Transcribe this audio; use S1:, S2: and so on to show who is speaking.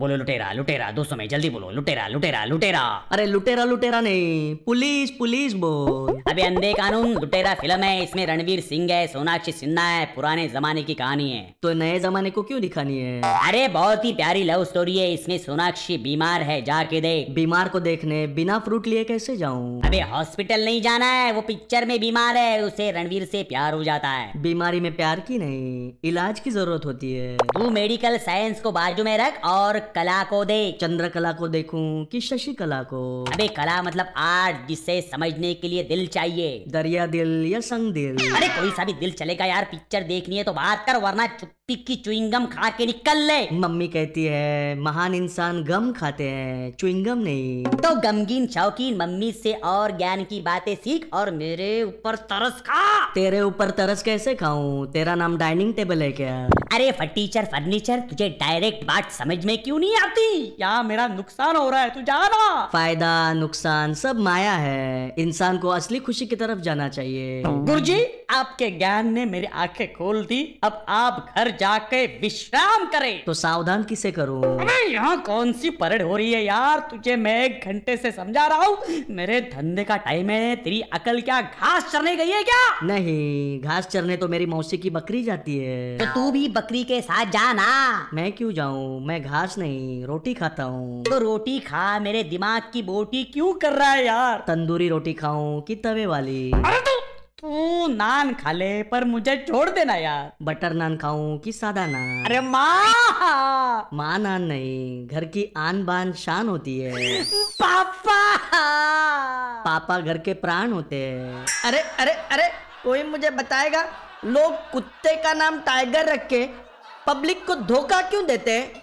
S1: बोलो लुटेरा लुटेरा दोस्तों में जल्दी बोलो लुटेरा लुटेरा लुटेरा
S2: अरे लुटेरा लुटेरा नहीं पुलिस पुलिस बोल
S1: अबे अंधे कानून लुटेरा फिल्म है इसमें रणवीर सिंह है सोनाक्षी सिन्हा है पुराने जमाने की कहानी है
S2: तो नए जमाने को क्यों दिखानी है
S1: अरे बहुत ही प्यारी लव स्टोरी है इसमें सोनाक्षी बीमार है जाके देख
S2: बीमार को देखने बिना फ्रूट लिए कैसे जाऊं
S1: अबे हॉस्पिटल नहीं जाना है वो पिक्चर में बीमार है उसे रणवीर से प्यार हो जाता है
S2: बीमारी में प्यार की नहीं इलाज की जरूरत होती है
S1: तू मेडिकल साइंस को बाजू में रख और कला को देख
S2: चंद्रकला को देखूं कि शशि कला को
S1: अबे कला मतलब आर्ट जिसे समझने के लिए दिल चाहिए
S2: दरिया दिल या संग दिल
S1: अरे कोई सा भी दिल चलेगा यार पिक्चर देखनी है तो बात कर वरना चुप्पी की चुईंगम खा के निकल ले
S2: मम्मी कहती है महान इंसान गम खाते हैं चुइंगम नहीं
S1: तो गमगीन शौकीन मम्मी से और ज्ञान की बातें सीख और मेरे ऊपर तरस खा
S2: तेरे ऊपर तरस कैसे खाऊं तेरा नाम डाइनिंग टेबल है क्या
S1: अरे फटीचर फर्नीचर तुझे डायरेक्ट बात समझ में क्यों नहीं आती यहाँ मेरा नुकसान हो रहा है तू जाना
S2: फायदा नुकसान सब माया है इंसान को असली खुशी की तरफ जाना चाहिए
S1: गुरुजी आपके ज्ञान ने मेरी आंखें खोल दी अब आप घर जाके विश्राम करें
S2: तो सावधान किसे करूं
S1: अबे यहाँ कौन सी परेड हो रही है यार तुझे मैं एक घंटे से समझा रहा हूँ मेरे धंधे का टाइम है तेरी अकल क्या घास चरने गई है क्या
S2: नहीं घास चरने तो मेरी मौसी की बकरी जाती है
S1: तो तू भी बकरी के साथ जा ना
S2: मैं क्यों जाऊं मैं घास नहीं रोटी खाता हूँ
S1: तो रोटी खा मेरे दिमाग की बोटी क्यों कर रहा है यार
S2: तंदूरी रोटी खाऊं कि तवे वाली
S1: अरे तू तू नान खा ले पर मुझे छोड़ देना यार
S2: बटर नान खाऊं कि सादा नान
S1: अरे माँ
S2: माँ नान नहीं घर की आन बान शान होती है
S1: पापा
S2: पापा घर के प्राण होते हैं
S3: अरे अरे अरे कोई मुझे बताएगा लोग कुत्ते का नाम टाइगर रख के पब्लिक को धोखा क्यों देते हैं